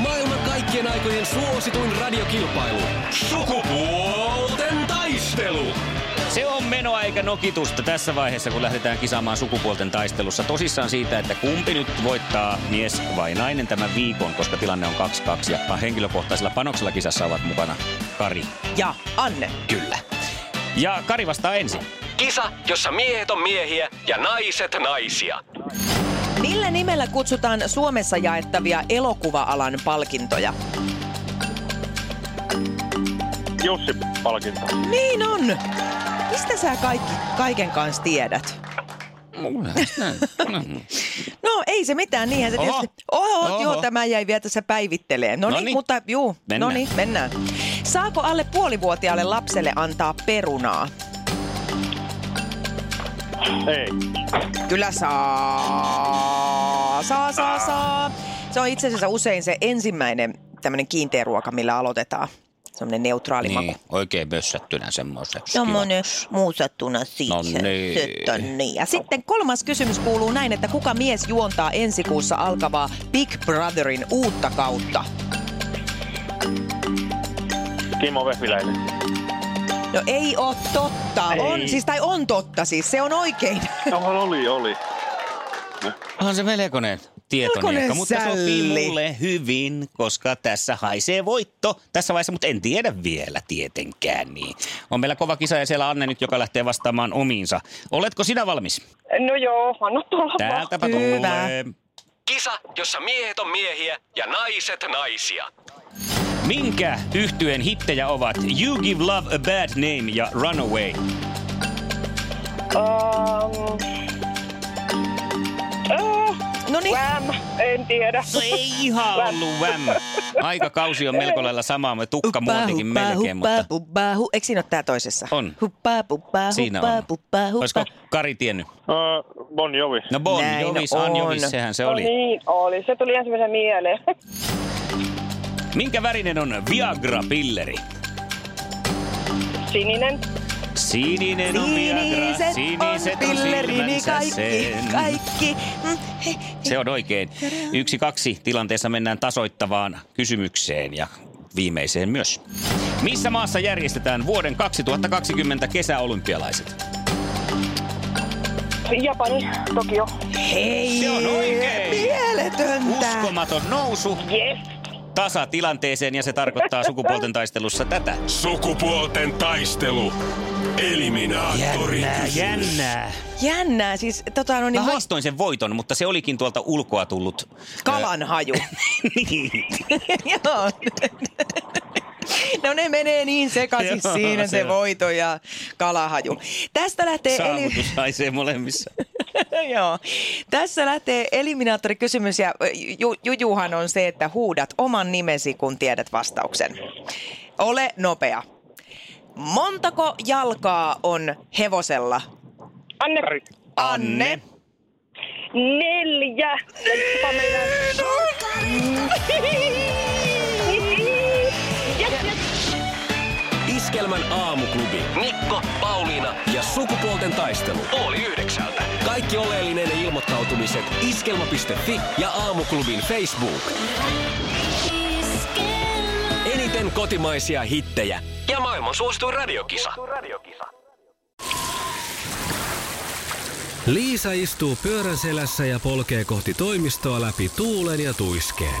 Maailman kaikkien aikojen suosituin radiokilpailu. Sukupuolten taistelu. Se on menoa eikä nokitusta tässä vaiheessa, kun lähdetään kisaamaan sukupuolten taistelussa. Tosissaan siitä, että kumpi nyt voittaa, mies vai nainen tämän viikon, koska tilanne on 2-2. Ja henkilökohtaisella panoksella kisassa ovat mukana Kari. Ja Anne. Kyllä. Ja Kari vastaa ensin. Kisa, jossa miehet on miehiä ja naiset naisia. Millä nimellä kutsutaan Suomessa jaettavia elokuva-alan palkintoja? Jussi-palkinto. Niin on! Mistä sä kaikki, kaiken kanssa tiedät? No ei se mitään, niinhän se Oho. tietysti... Oho, Oho. Oho. joo, tämä jäi vielä tässä päivitteleen. No Noniin. niin, mutta juu, Mennään. no niin, mennään. Saako alle puolivuotiaalle lapselle antaa perunaa? Ei. Kyllä saa, saa, saa, saa. Se on itse asiassa usein se ensimmäinen tämmöinen kiinteä ruoka, millä aloitetaan. Semmoinen neutraali niin. maku. Niin, oikein mössättynä semmoiseksi. Semmoinen muusattuna siihen. No niin. Sitten niin. Ja sitten kolmas kysymys kuuluu näin, että kuka mies juontaa ensi kuussa alkavaa Big Brotherin uutta kautta? Kimmo Vehviläinen. No ei oo totta. Ei. On, siis, tai on totta siis, se on oikein. Onhan oli, oli. Onhan se melkoinen tietoniekka, Melkoinen mutta sopii sälli. mulle hyvin, koska tässä haisee voitto tässä vaiheessa, mutta en tiedä vielä tietenkään. Niin. On meillä kova kisa ja siellä Anne nyt, joka lähtee vastaamaan omiinsa. Oletko sinä valmis? No joo, anna tulla vaan. Täältäpä Hyvä. tulee. Kisa, jossa miehet on miehiä ja naiset naisia. Minkä yhtyeen hittejä ovat You Give Love a Bad Name ja Runaway? Um, No niin, Wham, en tiedä. No ei ihan ollut väm. Aikakausi on melko lailla sama, me tukka muutenkin melkein, mutta huppaa, hu. Eikö siinä ole tää toisessa? On. Huppaa, puppaa, siinä huppaa, on. puppaa, huppaa. Olisiko Kari tiennyt? Öö, bon Jovi. No Bon Näin Jovis, on. An Jovis, sehän se No oli. niin, oli. Se tuli ensimmäisen mieleen. Minkä värinen on Viagra-pilleri? Sininen. Sininen on Viagra, siniset on pillerini silmänsä niin kaikki, sen. kaikki. Mm, he, he. Se on oikein. Yksi kaksi tilanteessa mennään tasoittavaan kysymykseen ja viimeiseen myös. Missä maassa järjestetään vuoden 2020 kesäolympialaiset? Japani, Tokio. Hei, Se on oikein. Mieletöntä. Uskomaton nousu Yes. tasatilanteeseen ja se tarkoittaa sukupuolten taistelussa tätä. Sukupuolten taistelu. Eliminaattori. Jännää, jännää. Jännää, siis tota no Mä niin moi- haistoin sen voiton, mutta se olikin tuolta ulkoa tullut. kalan haju. Niin. Joo. No ne menee niin sekaisin Joo, siinä se se on. voito ja kalahaju. Tästä lähtee eli... Saavutus haisee molemmissa. Joo. Tässä lähtee eliminaattorikysymys ja ju, jujuhan on se, että huudat oman nimesi, kun tiedät vastauksen. Ole nopea. Montako jalkaa on hevosella? Anne. Anne. Neljä. Leikkipa meidän. Niin, Yes, yes. Iskelmän aamuklubi. Mikko, Pauliina ja sukupuolten taistelu. Oli yhdeksältä. Kaikki oleellinen ilmoittautumiset iskelma.fi ja aamuklubin Facebook. Eniten kotimaisia hittejä ja maailman suosituin radiokisa. Liisa istuu pyörän selässä ja polkee kohti toimistoa läpi tuulen ja tuiskeen.